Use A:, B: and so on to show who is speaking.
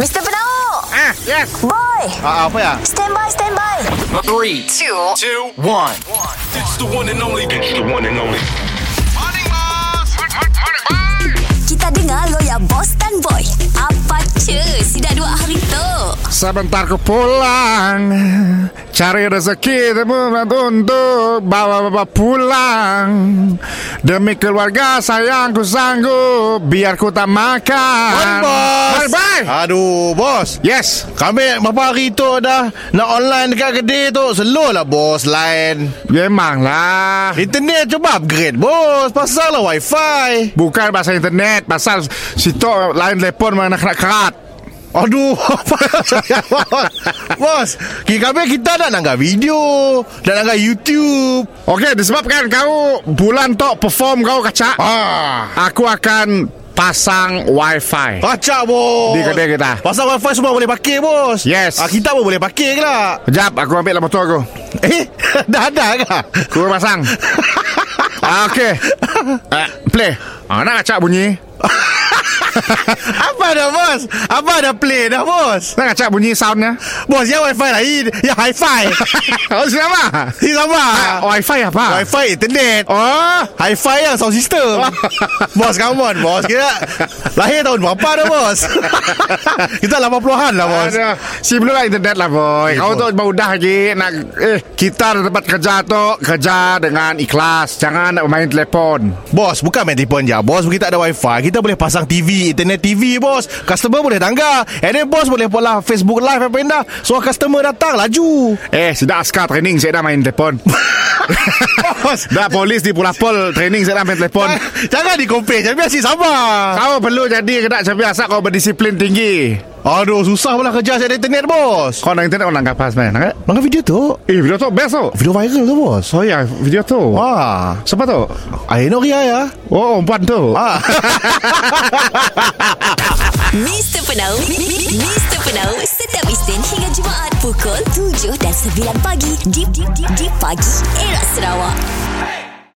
A: Mr. Penau
B: Ah, yes.
A: Boy
B: Ah, ah, apa ya?
A: Stand by, stand by
C: Three, two, two, one.
D: It's the one and only. It's the one and only.
A: Kita dengar lo ya Boss dan Boy Apa cu Si dah dua hari tu
B: Sebentar ku pulang Cari rezeki teman untuk bawa-bawa pulang Demi keluarga sayang ku sanggup Biar ku tak makan
E: Bye, bos.
B: Bye Ah, bye
E: Aduh, bos.
B: Yes
E: Kami berapa hari tu dah nak online dekat kedai tu. Slow lah, bos. Line.
B: Memanglah
E: Internet cuba upgrade, bos. Pasang lah wifi.
B: Bukan pasal internet Pasal situ lain telefon mana kena kerat
E: Aduh, bos. Kira kami kita nak nanggap video. Nak nanggap YouTube.
B: Okey disebabkan kau bulan tok perform kau kacak
E: Ah.
B: Aku akan pasang wifi
E: Kacak, bos.
B: Di kedai kita
E: Pasang wifi semua boleh pakai, bos.
B: Yes.
E: Ah, kita pun boleh pakai ke lah.
B: Sekejap aku ambil lah motor aku
E: Eh, dah ada ke?
B: Kau pasang ah, Okay uh, Play ah, Nak acak bunyi
E: Apa dah, bos? Apa dah play dah, bos?
B: Nak acak bunyi soundnya
E: Bos, yang wifi lain Yang hi-fi
B: Oh siapa
E: Ini sama
B: ah, Wi-Fi apa
E: Wifi internet
B: Oh
E: Hi-fi yang sound system Bos, come on, bos Kita lahir tahun berapa dah, bos? Kita 80-an lah, bos
B: Aduh, si belum lah internet lah boy Kau tu baru dah lagi nak, eh, Kita di tempat kerja tu Kerja dengan ikhlas Jangan nak main telefon
E: Bos, bukan main telefon je Bos, kita ada wifi Kita boleh pasang TV Internet TV, bos Customer boleh tangga And then, bos boleh buat lah Facebook live apa indah So, customer datang, laju
B: Eh sudah askar training Saya dah main telefon
E: Bos Eh.
B: Dah polis di Pulau Pol Training saya dah main telefon
E: Jangan di-compare Jangan biasa sabar
B: Kau perlu jadi Kena macam biasa Kau berdisiplin tinggi
E: Aduh, susah pula kerja saya ada internet, bos
B: Kau nak internet Kau nak kapas main nak?
E: Langkah video tu
B: Eh video tu best tu
E: Video viral tu bos
B: Oh ya video tu
E: Wah
B: Siapa tu?
E: Aino Ria ya
B: Oh perempuan tu
E: Ah
A: Mr. Penau Mr. Penau Setiap Isnin hingga Jumaat Pukul 7 dan 9 pagi Di, di, di, di pagi Era Sarawak